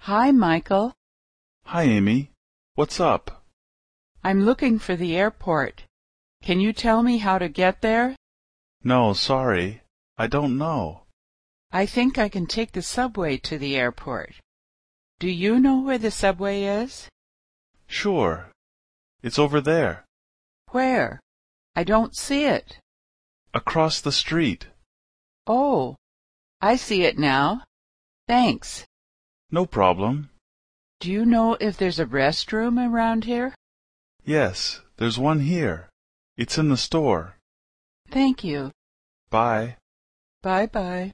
Hi, Michael. Hi, Amy. What's up? I'm looking for the airport. Can you tell me how to get there? No, sorry. I don't know. I think I can take the subway to the airport. Do you know where the subway is? Sure. It's over there, Where? I don't see it. across the street. Oh, I see it now. Thanks. No problem. Do you know if there's a restroom around here? Yes, there's one here. It's in the store. Thank you. Bye. Bye bye.